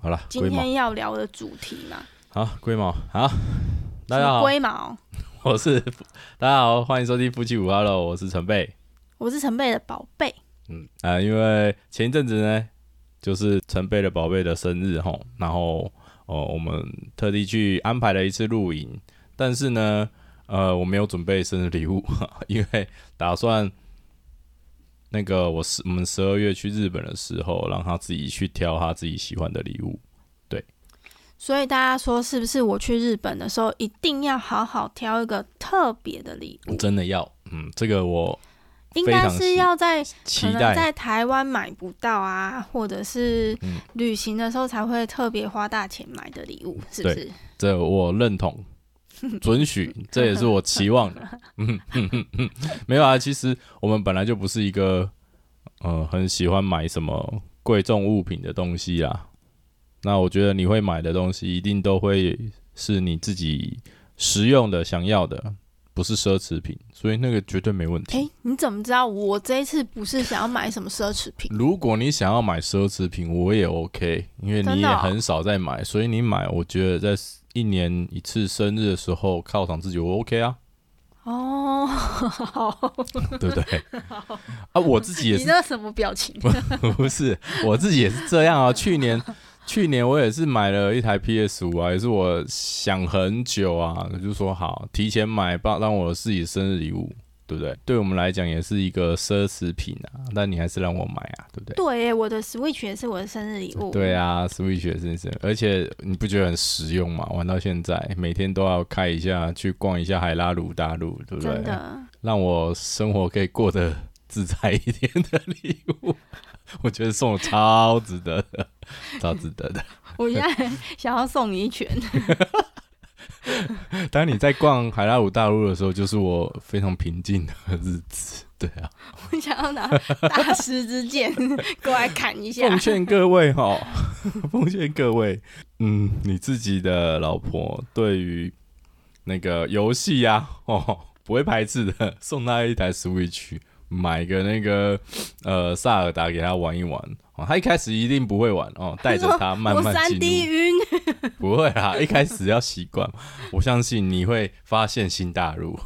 好了，今龟毛天要聊的主题嘛，好，龟毛好，大家什么好，龟毛，我是 大家好，欢迎收听夫妻五号喽，我是陈贝。我是陈贝的宝贝，嗯啊、因为前一阵子呢，就是陈贝的宝贝的生日吼，然后哦，我们特地去安排了一次露营，但是呢，呃，我没有准备生日礼物， 因为打算那个我十我们十二月去日本的时候，让他自己去挑他自己喜欢的礼物。所以大家说是不是我去日本的时候一定要好好挑一个特别的礼物？真的要，嗯，这个我应哦非该常是喜要在可期能待。在台湾买不到啊，或者是嗯旅行的时候才会特别花大钱买的礼物，是不是？这我认同，准许，这也是我期望的。嗯嗯嗯嗯，没有啊，其实我们本来就不是一个呃很喜欢买什么贵重物品的东西啦。那我觉得你会买的东西，一定都会是你自己实用的、想要的，不是奢侈品，所以那个绝对没问题。哎、你怎么知道我这一次不是想要买什么奢侈 品？如果你想要买奢侈品，我也 OK，因为你真也的哦很少在买，所以你买，我觉得在一年一次生日的时候犒赏自己，我 OK 啊， 哦，好，对不 对？啊，我自己也你是，那什么表 情？不是我自己也是这样啊。去年，去年我也是买了一台 PS 五啊，也是我想很久啊，我就说好提前买吧，让我自己生日礼物，对不对？对我们来讲也是一个奢侈品啊，但你还是让我买啊，对不对？对耶，我的 Switch 也是我的生日礼物。对啊，Switch 也是是，而且你不觉得很实用吗？玩到现在，每天都要开一下，去逛一下海拉鲁大陆，对不啊对真？的，让我生活可以过得自在一点的礼物， 我觉得送我超值得的，超值得的。 我现在想要送你一拳。当你在逛海拉鲁大陆的时候，就是我非常平静的日子。对啊，我想要拿大师之剑过来砍一 下奉。劝各位哈，奉劝各位，嗯，你自己的老婆对于那个游戏呀，哦，不会排斥的，送她一台 Switch，买个那个呃萨尔达给她玩一玩。哦，她一开始一定不会玩哦，带着她慢我慢三进 D 入，晕，不会啦，一开始要习惯。我相信你会发现新大陆。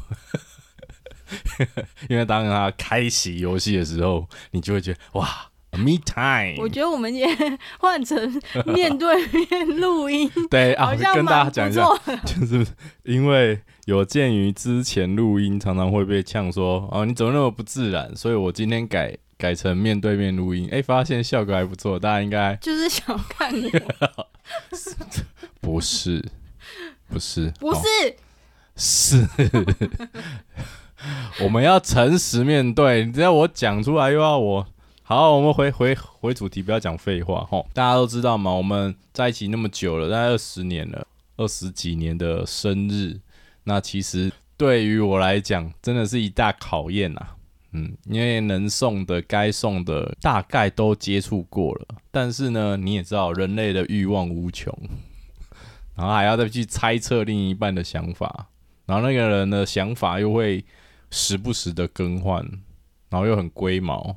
因为当她开启游戏的时候，你就会觉得哇，me time。我觉得我们今天换成面对面录音， 对啊，好像跟大家蛮讲不一下，错。 就是因为有鉴于之前录音常常会被呛说，哦，你怎么那么不自然？所以我今天改改成面对面录音，哎、发现效果还不错，大家应该就是想看哦我，不 是，不是，不哦是是，我们要诚实面对。你只要我讲出来，又要我好，我们回回回主题，不要讲废话吼。大家都知道嘛，我们在一起那么久了，大概二十年了，二十几年的生日，那其实对于我来讲，真的是一大考验啊。嗯，因为能送的、该送的大概都接触过了，但是呢，你也知道人类的欲望无穷，然后还要再去猜测另一半的想法，然后那个人的想法又会时不时的更换，然后又很龟毛，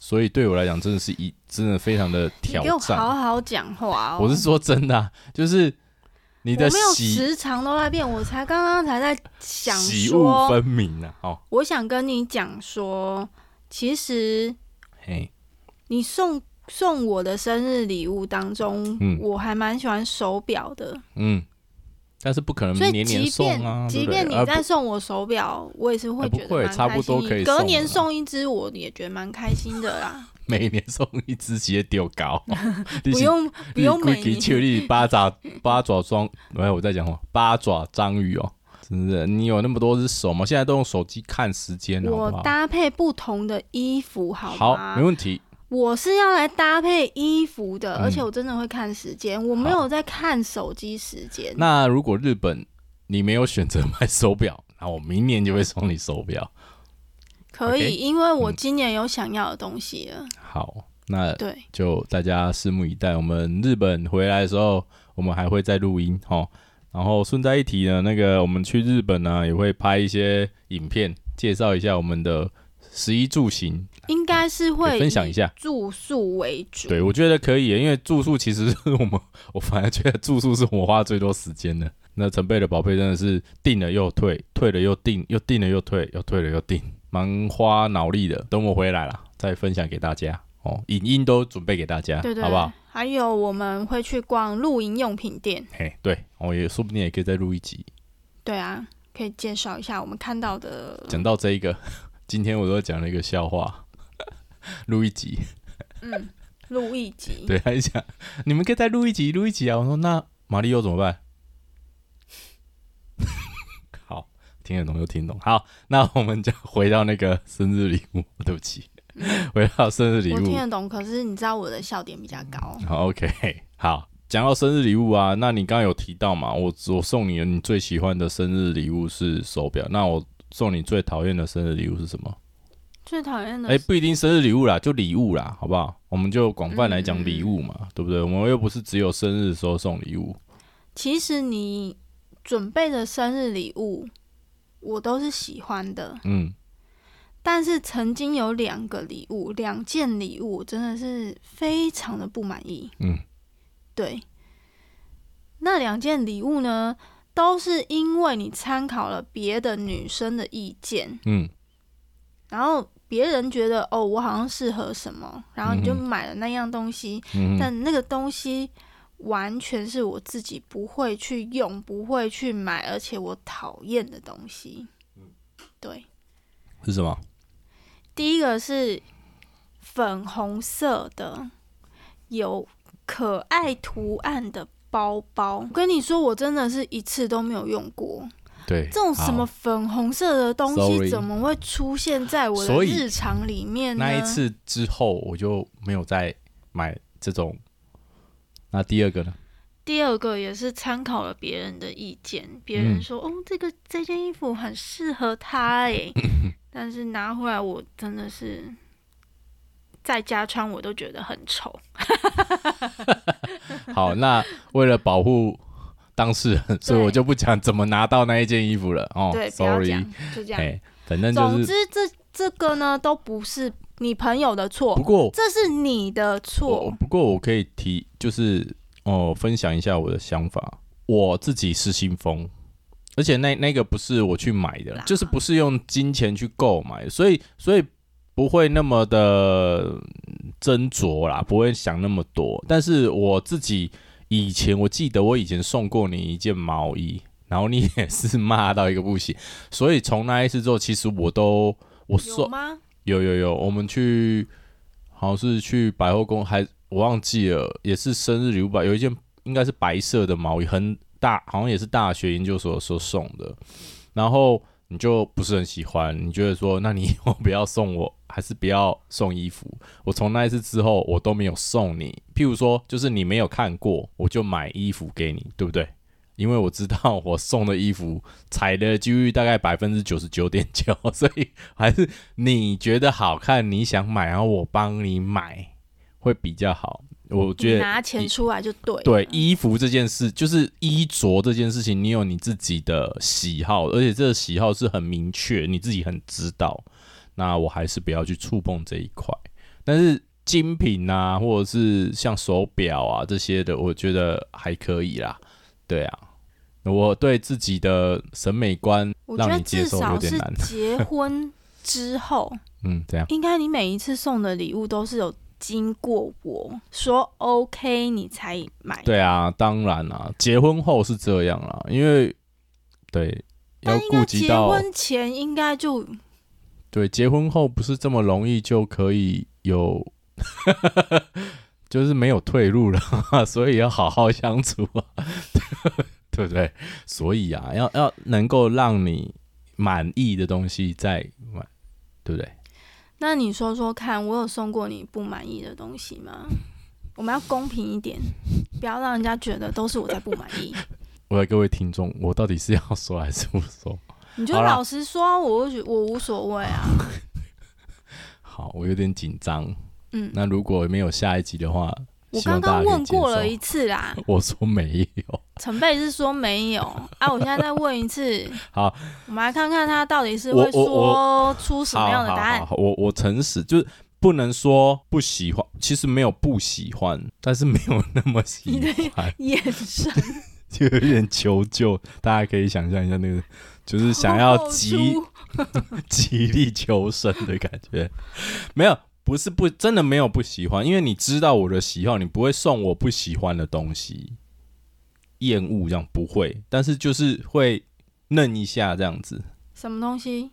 所以对我来讲真的是一真的非常的你挑给我战。好好讲话哦。我是说真的啊、就是你我的没有喜时常都在变，我才刚刚才在想喜恶说，分明啊，哦，我想跟你讲说，其实嘿，你送送我的生日礼物当中，嗯我还蛮喜欢手表的，嗯，但是不可所能以年年即送便、啊，对即不对便你啊再送我手表，我也是啊会不觉得会蛮开心。差不多可以你送隔了年啦送一只，我也觉得蛮开心的啦。每年送一只鞋丢高， 你 不是用不用每你确年，立八爪 八爪章，哎，我在讲话，八爪章鱼哦，真的，你有那么多只手吗？现在都用手机看时间了，好我不好？搭配不同的衣服好好，吗？没问题，我是要来搭配衣服的，嗯而且我真的会看时间，我没有在看手机时间。那如果日本你没有选择买手表，那我明年就会送你手表。可以 OK 嗯因为我今年有想要的东西了。好，那对，就大家拭目以待。我们日本回来的时候，我们还会再录音哦。然后顺带一提呢，那个我们去日本呢、也会拍一些影片，介绍一下我们的食衣住行应该是可会以分享一下以住宿为主。对，我觉得可以耶，因为住宿其实是我们， 我反而觉得住宿是我花最多时间的。那成倍的宝贝真的是订了又退，退了又订，又订了又退，又退了又订，蛮花脑力的。等我回来了再分享给大家哦，影音都准备给大家，对对，好不好？？还有我们会去逛露营用品店，嘿，对，我、也说不定也可以再录一集。对啊，可以介绍一下我们看到的，讲到这一个，今天我又讲了一个笑话，录一集。嗯，录一集。对，他就讲你们可以再录一集，录一集啊。我说那马里奥怎么办？ 好，听得懂就听懂。好，那我们就回到那个生日礼物，对不起，回到生日礼我物嗯听。得懂，可是你知道我的笑点比较高，好，OK，好。讲到生日礼物啊，那你刚刚有提到嘛？我我送你的你最喜欢的生日礼物是手表，那我送你最讨厌的生日礼物是什么？最讨厌的哎、是不一定生日礼物啦，就礼物啦，好不好？我们就广泛来讲礼物嘛，嗯对不对？我们又不是只有生日的时候送礼物，其实你准备的生日礼物，我都是喜欢的。嗯，但是曾经有两个礼物，两件礼物，我真的是非常的不满意。嗯，对，那两件礼物呢，都是因为你参考了别的女生的意见，嗯然后别人觉得哦，我好像适合什么，然后你就嗯哼买了那样东西，嗯哼，但那个东西完全是我自己不会去用、不会去买，而且我讨厌的东西。嗯对，是什么？第一个是粉红色的，有可爱图案的包包。我跟你说，我真的是一次都没有用过。对，这种什么好？粉红色的东西， Sorry 怎么会出现在我的所以日常里面呢？那一次之后，我就没有再买这种。那第二个呢？第二个也是参考了别人的意见，别嗯人说、哦，这个这件衣服很适合他 哎，但是拿回来我真的是在家穿我都觉得很丑。好，那为了保护当事人，所以我就不讲怎么拿到那一件衣服了。哦对，不要，sorry，讲，就这样。哎，反正总就是。之这这个呢都不是你朋友的不错，过这是你的我错。哦不过我可以提，就是哦、分享一下我的想法。我自己失心疯，而且那那个不是我去买的啦，就是不是用金钱去购买，所以所以不会那么的斟酌啦，不会想那么多。但是我自己以前，我记得我以前送过你一件毛衣，然后你 也是骂到一个不行，所以从那一次之后，其实我都我送有吗？有有有，我们去好像是去百货公，还我忘记了，也是生日礼物吧，有一件应该是白色的毛衣，很大，好像也是大学研究所的时候送的。然后你就不是很喜欢，你觉得说，那你以后不要送我，还是不要送衣服。我从那一次之后，我都没有送你。譬如说，就是你没有看过，我就买衣服给你，对不对？因为我知道我送的衣服踩的几率大概百分之九十九点九，所以还是你觉得好看，你想买，然后我帮你买会比较好。我觉你得拿钱出来就对。对，衣服这件事，就是衣着这件事情，你有你自己的喜好，而且这个喜好是很明确，你自己很知道。那我还是不要去触碰这一块。但是精品啊，或者是像手表啊这些的，我觉得还可以啦。对啊，我对自己的审美观我觉让得你接至受少有点是难结婚之后，嗯，这样应该你每一次送的礼物都是有经过我说 OK 你才买。对啊，当然啦、结婚后是这样啦，因为对要但应顾该及结到婚前应该就对，结婚后不是这么容易就可以有， 就是没有退路了， 所以要好好相处啊， 对不对？所以啊，要要能够让你满意的东西再买，对不对？那你说说看，我有送过你不满意的东西吗？我们要公平一点，不要让人家觉得都是我在不满意。我的各位听众，我到底是要说还是不说？ 你就好啦老实说，啊我会觉我无所谓啊。好，我有点紧张。嗯，那如果没有下一集的话，我希望刚大家可刚以问过接了受一次啦，我说没有，陈贝是说没有啊，我现在再问一次。好，我们来看看他到底是我会我说出什么好样的好答好案。好我我诚实，就是不能说不喜欢，其实没有不喜欢，但是没有那么喜你的 欢，眼神，就有点求救。大家可以想象一下那个，就是 想要露极出极力求生的感觉。没有，不是不真的没有不喜欢，因为你知道我的喜好，你不会送我不喜欢的东西，厌恶这样不会，但是就是会嫩一下这样子，什么东西？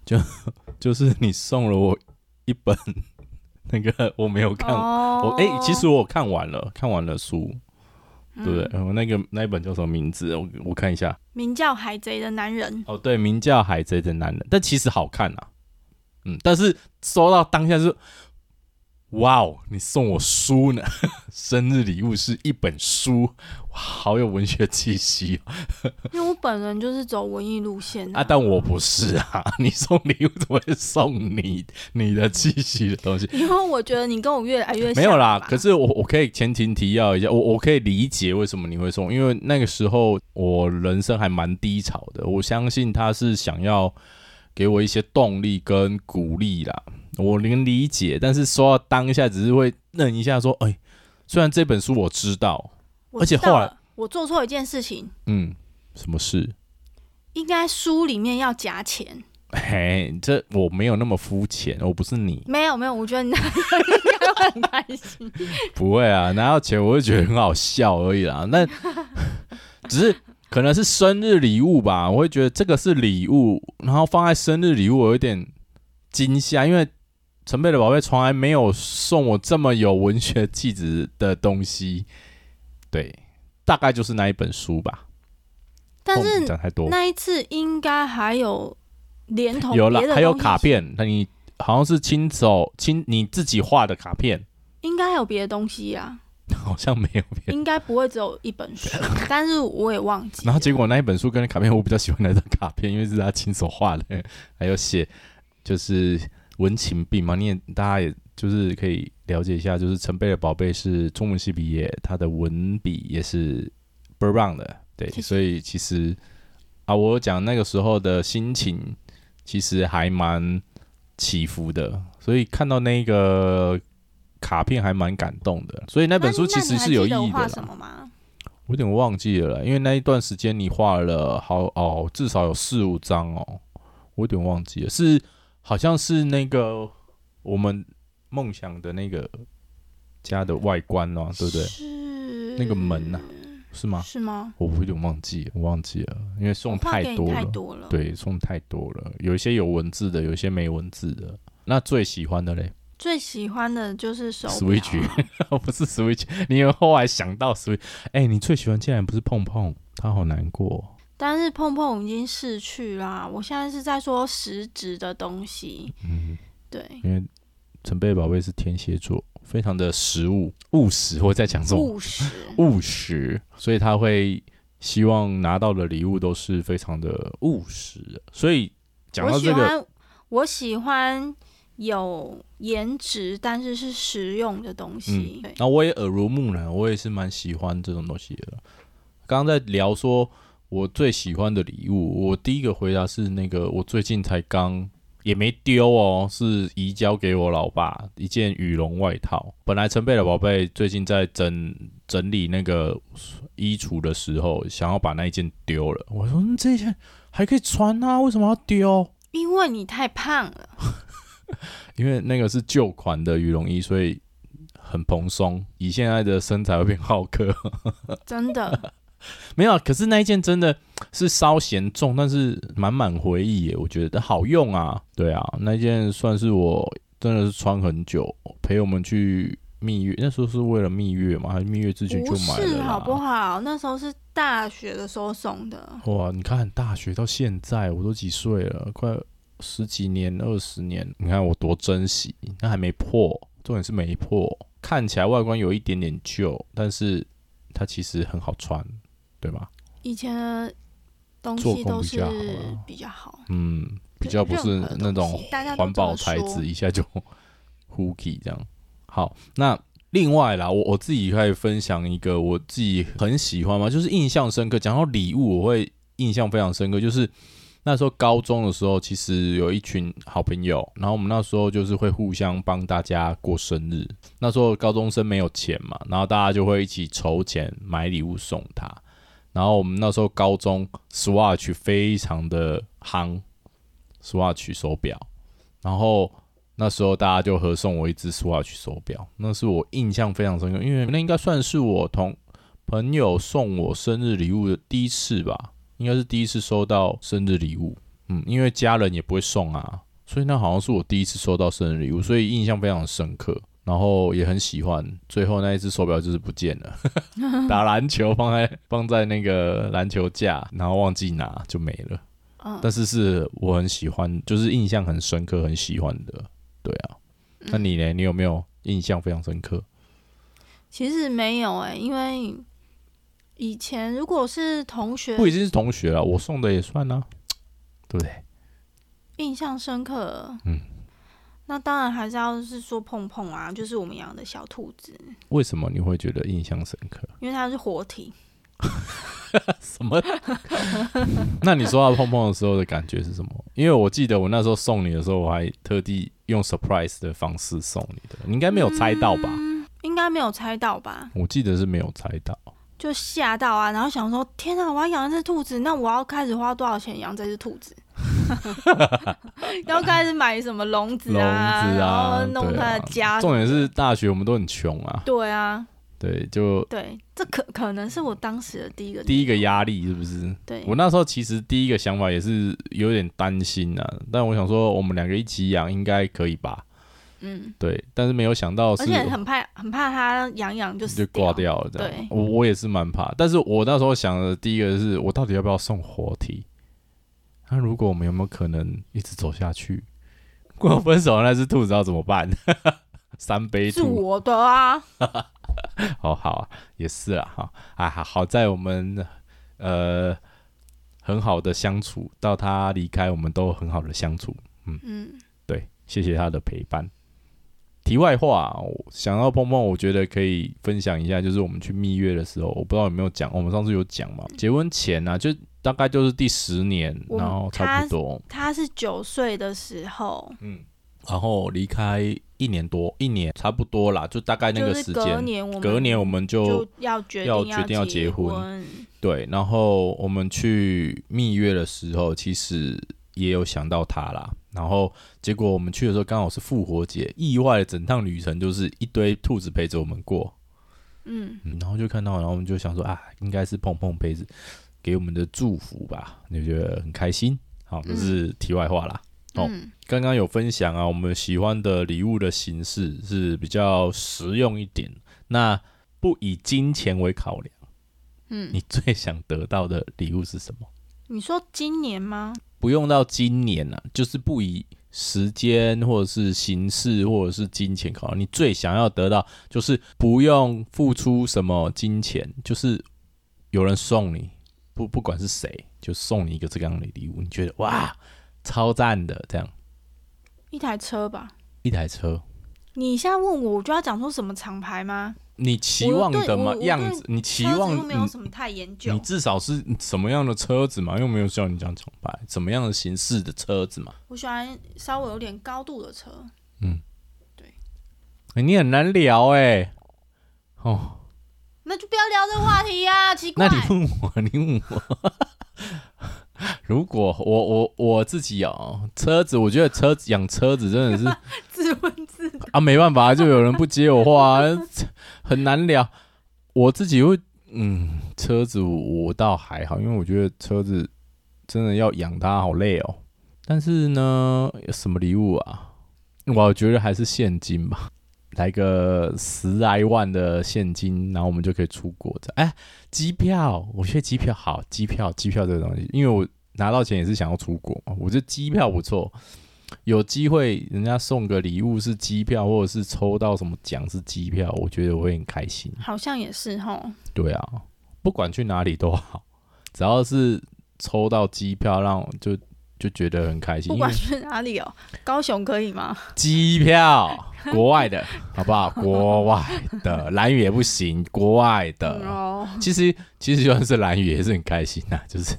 就是 你送了我一本那个我没有看。我哦，哎、其实我看完了，看完了书，嗯对不对？我、那个那一本叫什么名字？我我看一下。名叫海贼的男人，哦，对，名叫《海贼的男人》，但其实好看啊。嗯，但是收到当下是，哇哦，你送我书呢？ 生日礼物是一本书，哇，好有文学气息哦因为我本人就是走文艺路线啊！但我不是啊， 你送礼物怎么会送你你的气息的东西？因为我觉得你跟我越来越没有像啦，吧可是我我可以前情提要一下，我我可以理解为什么你会送，因为那个时候我人生还蛮低潮的，我相信他是想要给我一些动力跟鼓励啦，我能理解，但是说到当下只是会愣一下说，哎、虽然这本书我知道，我而且知道后来了我做错一件事情，嗯，什么事？应该书里面要夹钱。嘿，这我没有那么肤浅，我不是你，没有没有，我觉得你应该会很开心。不会啊，拿到钱我会觉得很好笑而已啦。 那只是可能是生日礼物吧，我会觉得这个是礼物，然后放在生日礼物，我有点惊吓，因为陈贝的宝贝从来没有送我这么有文学气质的东西。对，大概就是那一本书吧。但后面是讲太多，那一次应该还有连同有啦别的，还有东西啊卡片，那你好像是亲手亲你自己画的卡片，应该还有别的东西啊，好像没有别的应该不会只有一本 书，但是我也忘记了。然后结果那一本书跟卡片，我比较喜欢那张卡片，因为是他亲手画的，还有写就是文情并嘛，你也大家也就是可以了解一下，就是陈贝的宝贝是中文系毕业，他的文笔也是倍儿棒的，对，谢谢所以其实啊，我讲那个时候的心情其实还蛮起伏的，所以看到那个卡片还蛮感动的，所以那那本书其实是有意那你义的还记得我画啦。什么吗？我有点忘记了啦，因为那一段时间你画了好哦，至少有四五张哦，我有点忘记了，是好像是那个我们梦想的那个家的外观哦，对不对？是那个门呐、是吗？是吗？我有点忘记了，我忘记了，因为送我画太给你多了，太多了。，对，送太多了，有一些有文字的，有一些没文字的。那最喜欢的嘞 最喜欢的就是手表啊，Switch，不 是 Switch，你有后来想到 Switch，哎、你最喜欢竟然不是碰碰，他好难过哦、 但是碰碰已经逝去啦。我现在是在说实质的东西。嗯，对，因为陈贝宝贝是天蝎座，非常的实务务实，我在讲什么？务实。务实，所以他会希望拿到的礼物都是非常的务实的。所以 讲到我喜这个，欢，我喜欢有颜值但是是实用的东西。嗯，对然，后我也耳濡目染，我也是蛮喜欢这种东西的。刚刚在聊说我最喜欢的礼物，我第一个回答是那个我最近才刚。也没丢哦，是移交给我老爸一件羽绒外套。本来陈贝的宝贝最近在整整理那个衣橱的时候，想要把那一件丢了。我说、嗯、这一件还可以穿啊，为什么要丢？因为你太胖了。因为那个是旧款的羽绒衣，所以很蓬松。以现在的身材会变浩克，真的，没有啊。可是那一件真的是稍嫌重，但是满满回忆耶，我觉得好用啊。对啊，那件算是我真的是穿很久，陪我们去蜜月，那时候是为了蜜月嘛，还是蜜月之前就不买了是啦好不好？那时候是大学的时候送的，哇，你看大学到现在，我都几岁了，快十几年、二十年，你看我多珍惜，那还没破，重点是没破，看起来外观有一点点旧，但是它其实很好穿，对吧？以前的东做西工都比是较好啦比较好，嗯，比对较不是任何东西那种大家都环保这么材说质，一下就 hooky 这样。好，那另外啦，我我自己可以分享一个我自己很喜欢嘛，就是印象深刻。讲到礼物，我会印象非常深刻，就是那时候高中的时候，其实有一群好朋友，然后我们那时候就是会互相帮大家过生日。那时候高中生没有钱嘛，然后大家就会一起筹钱买礼物送他。然后我们那时候高中 Swatch 非常的夯，Swatch 手表，然后那时候大家就合送我一只 Swatch 手表，那是我印象非常深刻，因为那应该算是我同朋友送我生日礼物的第一次吧，应该是第一次收到生日礼物，嗯，因为家人也不会送啊，所以那好像是我第一次收到生日礼物，所以印象非常深刻。然后也很喜欢，最后那一只手表就是不见了。 打篮球放在放在那个篮球架，然后忘记拿就没了。嗯但是是我很喜欢，就是印象很深刻，很喜欢的。对啊，那你呢？你有没有印象非常深刻？其实没有哎、因为以前如果是同学不一定是同学啊，我送的也算啊，对不对？印象深刻，嗯，那当然还是要是说碰碰啊，就是我们养的小兔子，为什么你会觉得印象深刻？ 因为它是活体，什么？那你收到碰碰的时候的感觉是什么？因为我记得我那时候送你的时候，我还特地用 surprise 的方式送你的，你应该没有猜到吧？嗯应该没有猜到吧？我记得是没有猜到。就吓到啊，然后想说天啊，我要养一只兔子，那我要开始花多少钱养这只兔子？ 要开始买什么笼子啊，笼子啊然后弄它的家、重点是大学我们都很穷啊，对啊，对，就对，这可可能是我当时的第一个第一个压力是不是？对，我那时候其实第一个想法也是有点担心啊，但我想说我们两个一起养应该可以吧？嗯，对，但是没有想到是而且很怕很怕它养养就就死挂掉了这样对。我我也是蛮怕，但是我那时候想的第一个是我到底要不要送活体？那如果我们有没有可能一直走下去？跟我分手的那只兔子要怎么办？ 三杯是兔我的啊，哦，好啊，也是啦，哈啊，好好在我们呃很好的相处，到他离开，我们都很好的相处。嗯，对，谢谢他的陪伴。题外话，我想到碰碰，我觉得可以分享一下，就是我们去蜜月的时候，我不知道有没有讲，我们上次有讲嗯嘛？结婚前啊，就大概就是第十年，我然后差不多，它是九岁的时候，嗯，然后离开一年多，一年差不多啦，就大概那就个是时隔间，年我们隔年我们就要决定要决定要结结婚对，然后我们去蜜月的时候，其实也有想到他啦。然后结果我们去的时候刚好是复活节，意外的整趟旅程就是一堆兔子陪着我们过，嗯，嗯，然后就看到，然后我们就想说啊，应该是碰碰陪着给我们的祝福吧，就觉得很开心。好，这是题外话啦。哦嗯刚刚有分享啊，我们喜欢的礼物的形式是比较实用一点，那不以金钱为考量。嗯，你最想得到的礼物是什么？你说今年吗？不用到今年啊，就是不以时间或者是形式或者是金钱考量，你最想要得到就是不用付出什么金钱，就是有人送你，不不管是谁，就送你一个这样的礼物，你觉得哇，超赞的，这样一台车吧。一台车，你现在问我，我就要讲出什么厂牌吗？你期望的我嘛对我我样子，你期望车子又没有你什么太研究你。至少是什么样的车子嘛，又没有叫你讲厂牌，怎么样的形式的车子嘛。我喜欢稍微有点高度的车，欸你很难聊哎、哦，那就不要聊这个话题啊，奇那怪你。问我，你问我， 如果我我我自己哦，车子，我觉得车子养车子真的是自问自答，啊，没办法，就有人不接我话、 啊，很难聊。我自己会，嗯，车子我我倒还好，因为我觉得车子真的要养它好累哦。但是呢，什么礼物啊？我觉得还是现金吧，来个十来万的现金，然后我们就可以出国的。哎，机票，我觉得机票好，机票，机票这个东西，因为我拿到钱也是想要出国嘛，我觉得机票不错。有机会人家送个礼物是机票，或者是抽到什么奖是机票，我觉得我会很开心。好像也是吼。对啊，不管去哪里都好，只要是抽到机票，让就就觉得很开心，不因为管去哪里哦，高雄可以吗？机票国外的好不好？国外 的蓝雨也不行，国外嗯的哦，其实其实就算是蓝雨也是很开心呐、 就是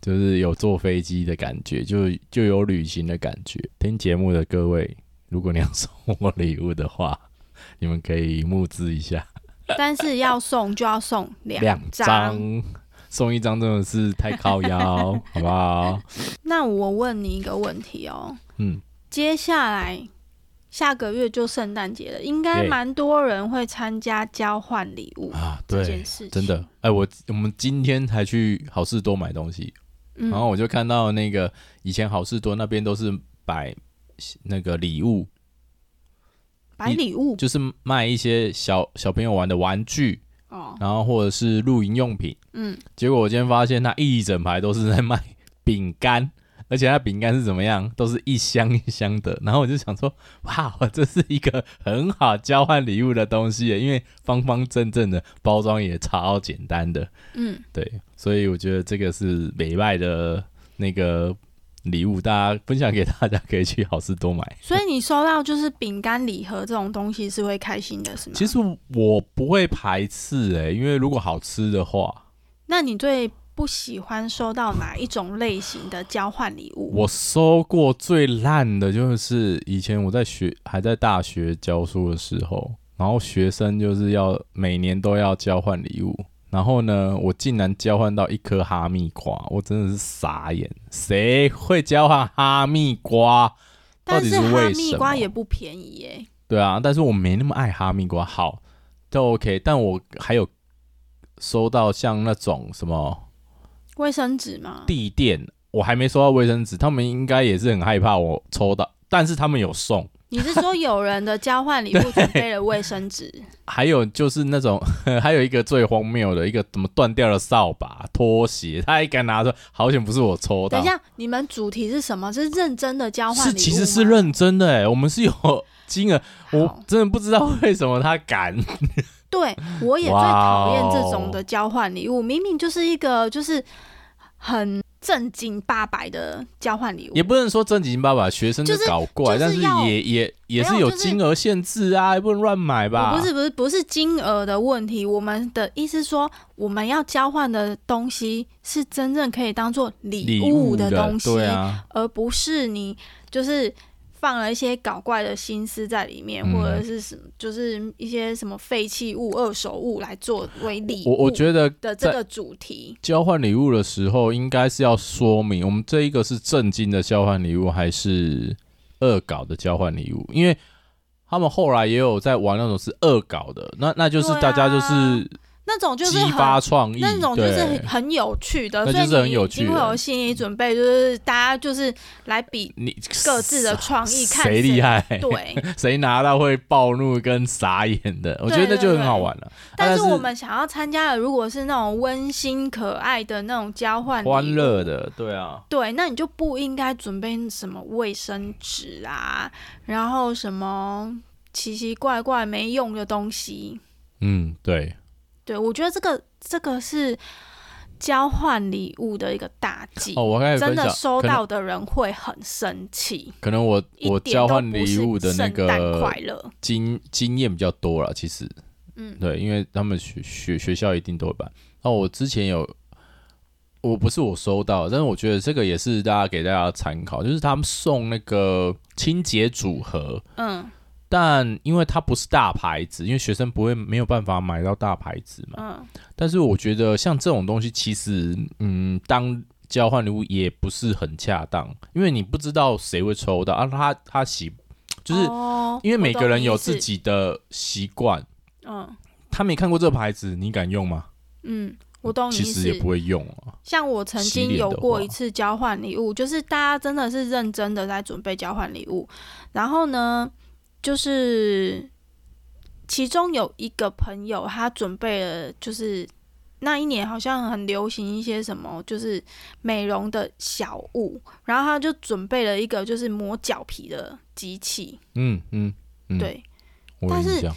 就是有坐飞机的感觉，就就有旅行的感觉。听节目的各位，如果你要送我礼物的话， 你们可以募资一下但是要送就要送两两张。张，送一张真的是太靠 腰，好不好？那我问你一个问题哦，嗯，接下来下个月就圣诞节了，应该耶蛮多人会参加交换礼物啊，这对件，事情。真的，，哎、我我们今天才去好事多买东西，嗯然后我就看到那个以前好事多那边都是摆那个礼物，摆礼物就是卖一些小小朋友玩的玩具，哦，然后或者是露营用品。嗯，结果我今天发现，它一整排都是在卖饼干，而且它饼干是怎么样，都是一箱一箱的。然后我就想说，哇，这是一个很好交换礼物的东西耶，因为方方正正的包装也超简单的。嗯，对，所以我觉得这个是美拜的那个礼物，大家分享给大家，可以去好事多买。所以你收到就是饼干礼盒这种东西是会开心的，是吗？其，实我不会排斥诶、因为如果好吃的话，那你最不喜欢收到哪一种类型的交换礼物？我收过最烂的就是以前我在学还在大学教书的时候，然后学生就是要每年都要交换礼物，然后呢，我竟然交换到一颗哈密瓜，我真的是傻眼，谁会交换哈密瓜？到但底是为什么？哈密瓜也不便宜耶，对啊，但是我没那么爱哈密瓜，好都 OK。但我还有收到像那种什么卫生纸吗？地垫，我还没收到卫生纸，他们应该也是很害怕我抽到，但是他们有送。你是说有人的交换礼物准备了卫生纸？还有就是那种， 还有一个最荒谬的一个怎么断掉的扫把、拖鞋，他还敢拿出来，好险不是 我抽等到一。下，你们主题是什么？是认真的交换礼是，物吗其实是认真的哎，我们是有金额，我好真的不知道为什么他敢。对我也最讨厌这种的交换礼哦物，明明就是一个就是很正经八百的交换礼物也。不能说正经八百，学生就就是搞怪，就但是要是也也也是没有有就是金额限制啊，也不能乱买吧？我哦不是不是不是金额的问题，我们的意思说我们要交换的东西是真正可以当做礼礼物的东西，对啊，而不是你就是放了一些搞怪的心思在里面，嗯或者是什么，就是一些什么废弃物、二手物来作为礼我物我觉得的这个主题。交换礼物的时候，应该是要说明我们这一个是正经的交换礼物，还是恶搞的交换礼物？因为他们后来也有在玩那种是恶搞的，那那就是对啊大家就是那种就是激发很创意，那种就是对很很有趣的，那所以就是很你有已经趣会的有心理准备，就是大家就是来比你各自的创意，看谁厉。害，对，谁拿到会暴怒跟傻眼的，我觉得对那就对很好对玩了、啊但是我们想要参加的，如果是那种温馨可爱的那种交换礼物欢乐的，对啊，对，那你就不应该准备什么卫生纸啊，然后什么奇奇怪怪没用的东西。嗯，对，对我觉得这个这个是交换礼物的一个大忌，哦，我开始真分享的，收可能到的人会很生气。可能我一我点交都换不礼是物的那圣诞个快乐，经经验比较多了，其实，嗯，对，因为他们学学学校一定都会办。那我之前有，我不是我收到，但是我觉得这个也是大家给大家参考，就是他们送那个清洁组合，嗯但因为它不是大牌子，因为学生不会没有办法买到大牌子嘛。嗯，但是我觉得像这种东西，其实嗯，当交换礼物也不是很恰当，因为你不知道谁会抽到啊。他他喜就是哦因为每个人有我懂你自意思己的习惯，嗯他没看过这个牌子，你敢用吗？嗯，我懂你其意思实也。不会用啊。像我曾洗经脸有的过话一次交换礼物，就是大家真的是认真的在准备交换礼物，然后呢，就是其中有一个朋友他准备了，就是那一年好像很流行一些什么，就是美容的小物，然后他就准备了一个就是磨脚皮的机器，嗯嗯，嗯对，我有但是印象。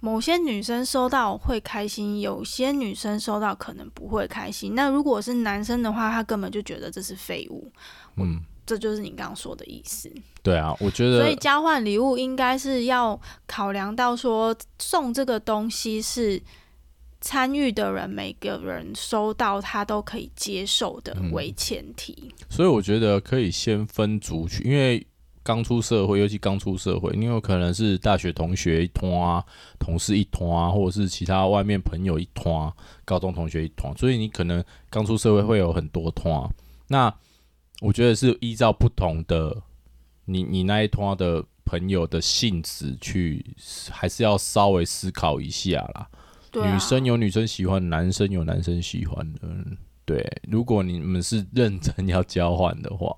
某些女生收到会开心，有些女生收到可能不会开心。那如果是男生的话，他根本就觉得这是废物，嗯，这就是你刚刚说的意思。对啊，我觉所以得交换礼物应该是要考量到说送这个东西是参与的人每个人收到他都可以接受的嗯为前提。所以我觉得可以先分族群，因为刚出社会，尤其刚出社会，你有可能是大学同学一团啊，同事一团啊，或者是其他外面朋友一团啊，高中同学一团，所以你可能刚出社会会有很多团啊。那我觉得是依照不同的你你那一团的朋友的性质去，还是要稍微思考一下啦。对、啊，女生有女生喜欢，男生有男生喜欢的。嗯对，如果你们是认真要交换的话，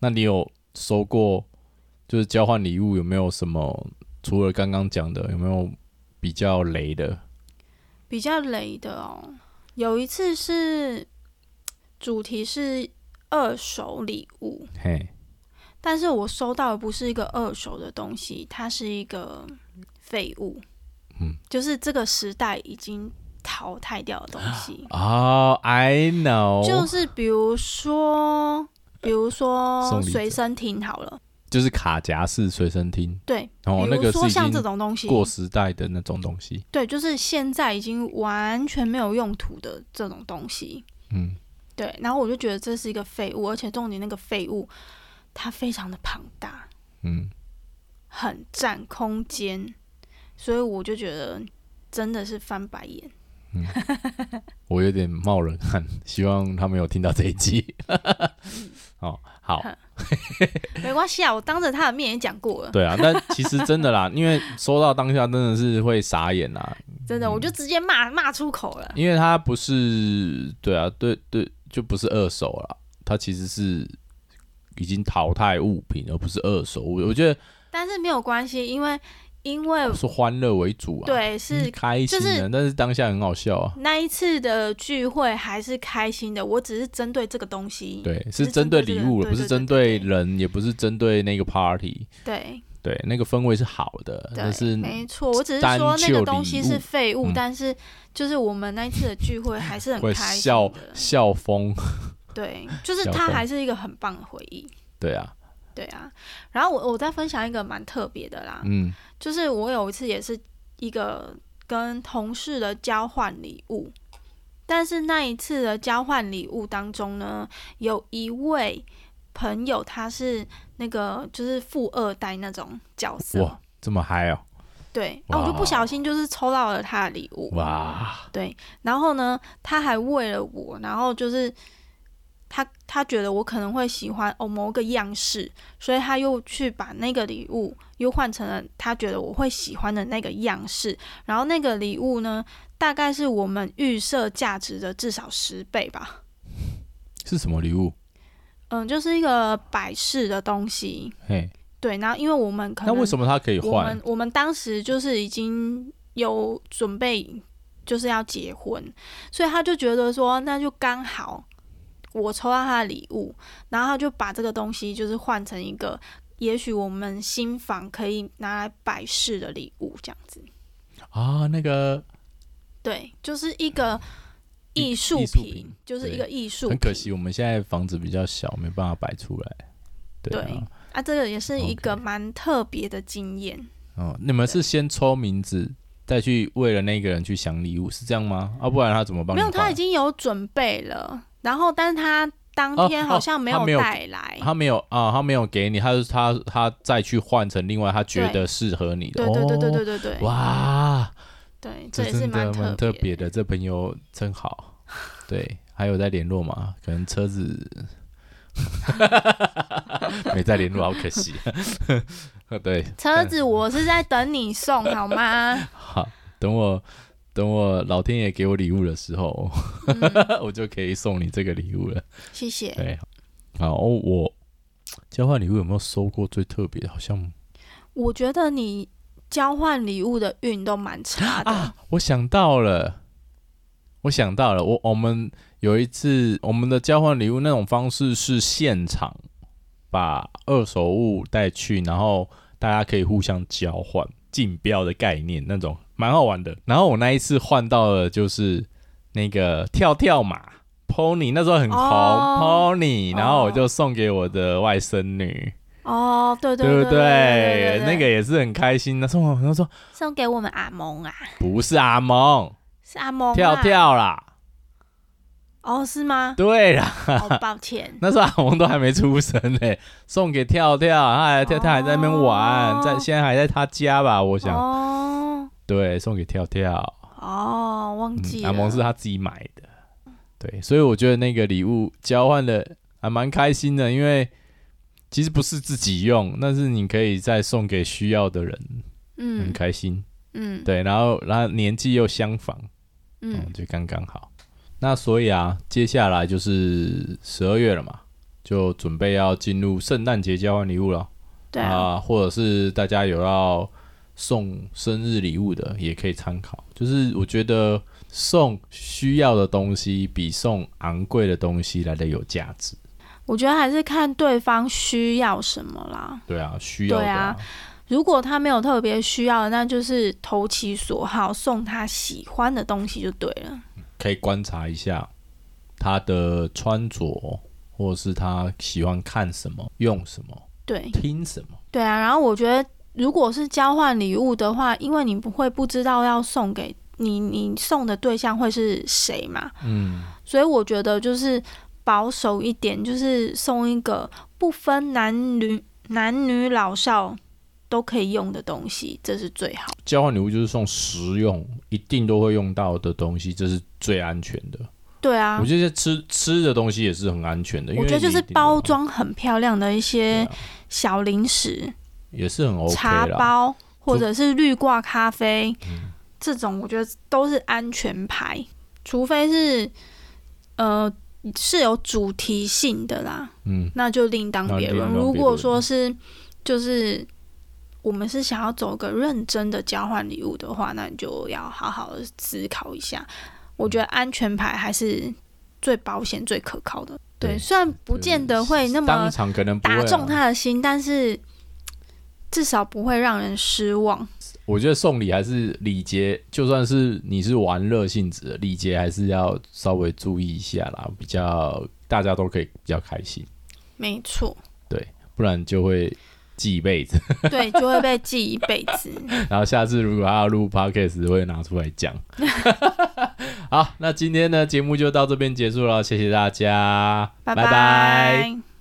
那你有收过就是交换礼物有没有什么？除了刚刚讲的，有没有比较雷的？比较雷的哦。有一次是主题是二手礼物，嘿，但是我收到的不是一个二手的东西，它是一个废物，嗯，就是这个时代已经淘汰掉的东西。哦、i 就 know，是比如说，比如送说礼者随身听好了，就是卡夹式随身听，对，哦，那比个是如说已像这经种东西，过时代的那种东西。对，就是现在已经完全没有用途的这种东西，嗯，对。然后我就觉得这是一个废物，而且重点那个废物，它非常的庞大，嗯，很占空间，所以我就觉得真的是翻白眼。我有点冒冷汗，希望他没有听到这一集。 哦，好，没关系啊，我当着他的面也讲 过了，对啊，但其实真的啦，因为收到当下真的是会傻眼啦，真的，我就直接骂骂出口了。因为它不是对啊，对对，就不是二手啦，它其实是已经淘汰物品，而不是二手物。我觉得但是没有关系，因为因为是欢乐为主啊，嗯对嗯，是开心的、就是但是当下很好笑啊。那一次的聚会还是开心的，我只是针对这个东西。对，是是针对针礼对这个物了，对不是对针对对对对人，也不是针对那个 party。对对，那个氛围是好的，对但是没错，我只是说单那就个东西礼物是废物，嗯但是就是我们那一次的聚会还是会很开心笑的。笑疯。 对，就是笑它疯还是一个很棒的回忆。对啊，对啊，然后我我再分享一个蛮特别的啦，嗯就是我有一次也是一个跟同事的交换礼物，但是那一次的交换礼物当中呢，有一位朋友他是那个就是富二代那种角色哇，这么嗨哦，对，啊，我就哇不小心就是抽到了他的礼物，哇，然后呢，他还为了我，然后就是他他觉得我可能会喜欢哦某个样式，所以他又去把那个礼物又换成了他觉得我会喜欢的那个样式，然后那个礼物呢，大概是我们预设价值的至少十倍吧。是什么礼物？嗯，就是一个摆饰的东西，嘿，对。然后因为我们可那能为什么它可以我换们？我们当时就是已经有准备，就是要结婚，所以他就觉得说，那就刚好我抽到他的礼物，然后他就把这个东西就是换成一个，也许我们新房可以拿来摆饰的礼物，这样子。啊，那个对，就是一个艺艺术嗯艺术品品，就是一对个艺术很品。可惜，我们现在房子比较小，没办法摆出来。对对啊，啊，这个也是一个 OK 蛮特别的经验。哦，你们是先抽名字，再去为了那个人去想礼物，是这样吗？啊，不然他怎么帮你没换？有，他已经有准备了，然后但是他当哦天哦好像没他没有带来，他没有啊，他没有给你，他是他他再去换成另外他觉得适合你的。对对对对对哦对对，哇，对，这也是真的蛮蛮特别别的，这朋友真好。对，还有在联络吗？可能车子没在联络，好可惜。 对，车子我是在等你 送好吗？好，等我等我老天爷给我礼物的时候， 我就可以送你这个礼物了。谢谢。对，好，哦、我交换礼物有没有收过最特别的？好像我觉得你交换礼物的运都蛮差的，啊，我想到了，我想到了，我我们有一次我们的交换礼物那种方式是现场把二手物带去，然后大家可以互相交换竞标的概念那种蛮好玩的。然后我那一次换到了就是那个跳跳马 pony，那时候很红、哦 pony，然后我就送给我的外甥女，哦，对对对不对对对那个也是很开心。那时候我朋友说送给我们阿蒙啊，不是阿蒙是阿蒙、啊、跳跳啦，哦，是吗？ 对啦，，哦，抱歉 那时候阿蒙都还没出生呢、送给跳跳，他还跳跳还在那边玩，哦在现在还在他家吧，我想、哦对，送给跳跳。哦，忘记嗯、了，阿蒙是他自己买的，对，所以我觉得那个礼物交换的还蛮开心的，因为其实不是自己用，但是你可以再送给需要的人，很嗯开心。嗯对，然后然后年纪又相仿，嗯，嗯就刚刚好。那所以啊，接下来就是十二月了嘛，就准备要进入圣诞节交换礼物了对啊，或者是大家有要送生日礼物的，也可以参考。就是我觉得送需要的东西比送昂贵的东西来的有价值。我觉得还是看对方需要什么啦。对啊，需要的、对如果他没有特别需要的，那就是投其所好，送他喜欢的东西就对了。可以观察一下他的穿着，或者是他喜欢看什么、用什么、对听什么。对啊，然后我觉得如果是交换礼物的话，因为你不会不知道要送给你你送的对象会是谁嘛，嗯，所以我觉得就是保守一点，就是送一个不分男女男女老少都可以用的东西，这是最好。交换礼物就是送实用、一定都会用到的东西，这是最安全的。对啊我，觉得吃吃的东西也是很安全的，因为我觉得就你是一定包有装很漂亮的一对些啊小零食、也是很 OK 茶啦。包，或者是绿挂咖啡，嗯这种我觉得都是安全牌，除非是呃是有主题性的啦，嗯，那就另当别那另论。当别论嗯如果说是就是我们是想要走个认真的交换礼物的话，那你就要好好的思考一下。我嗯觉得安全牌还是最保险、最可靠的。对对，虽然不见得会那么当场可能不会打啊中。他的心，但是至少不会让人失望。我觉得送礼还是礼节，就算是你是玩乐性质的，礼节还是要稍微注意一下啦，比较大家都可以比较开心，没错，不然就会记一辈子。对，就会被记一辈 子。然后下次如果要录 podcast 会拿出来讲。 好，那今天的节目就到这边结束了，谢谢大家，拜拜拜拜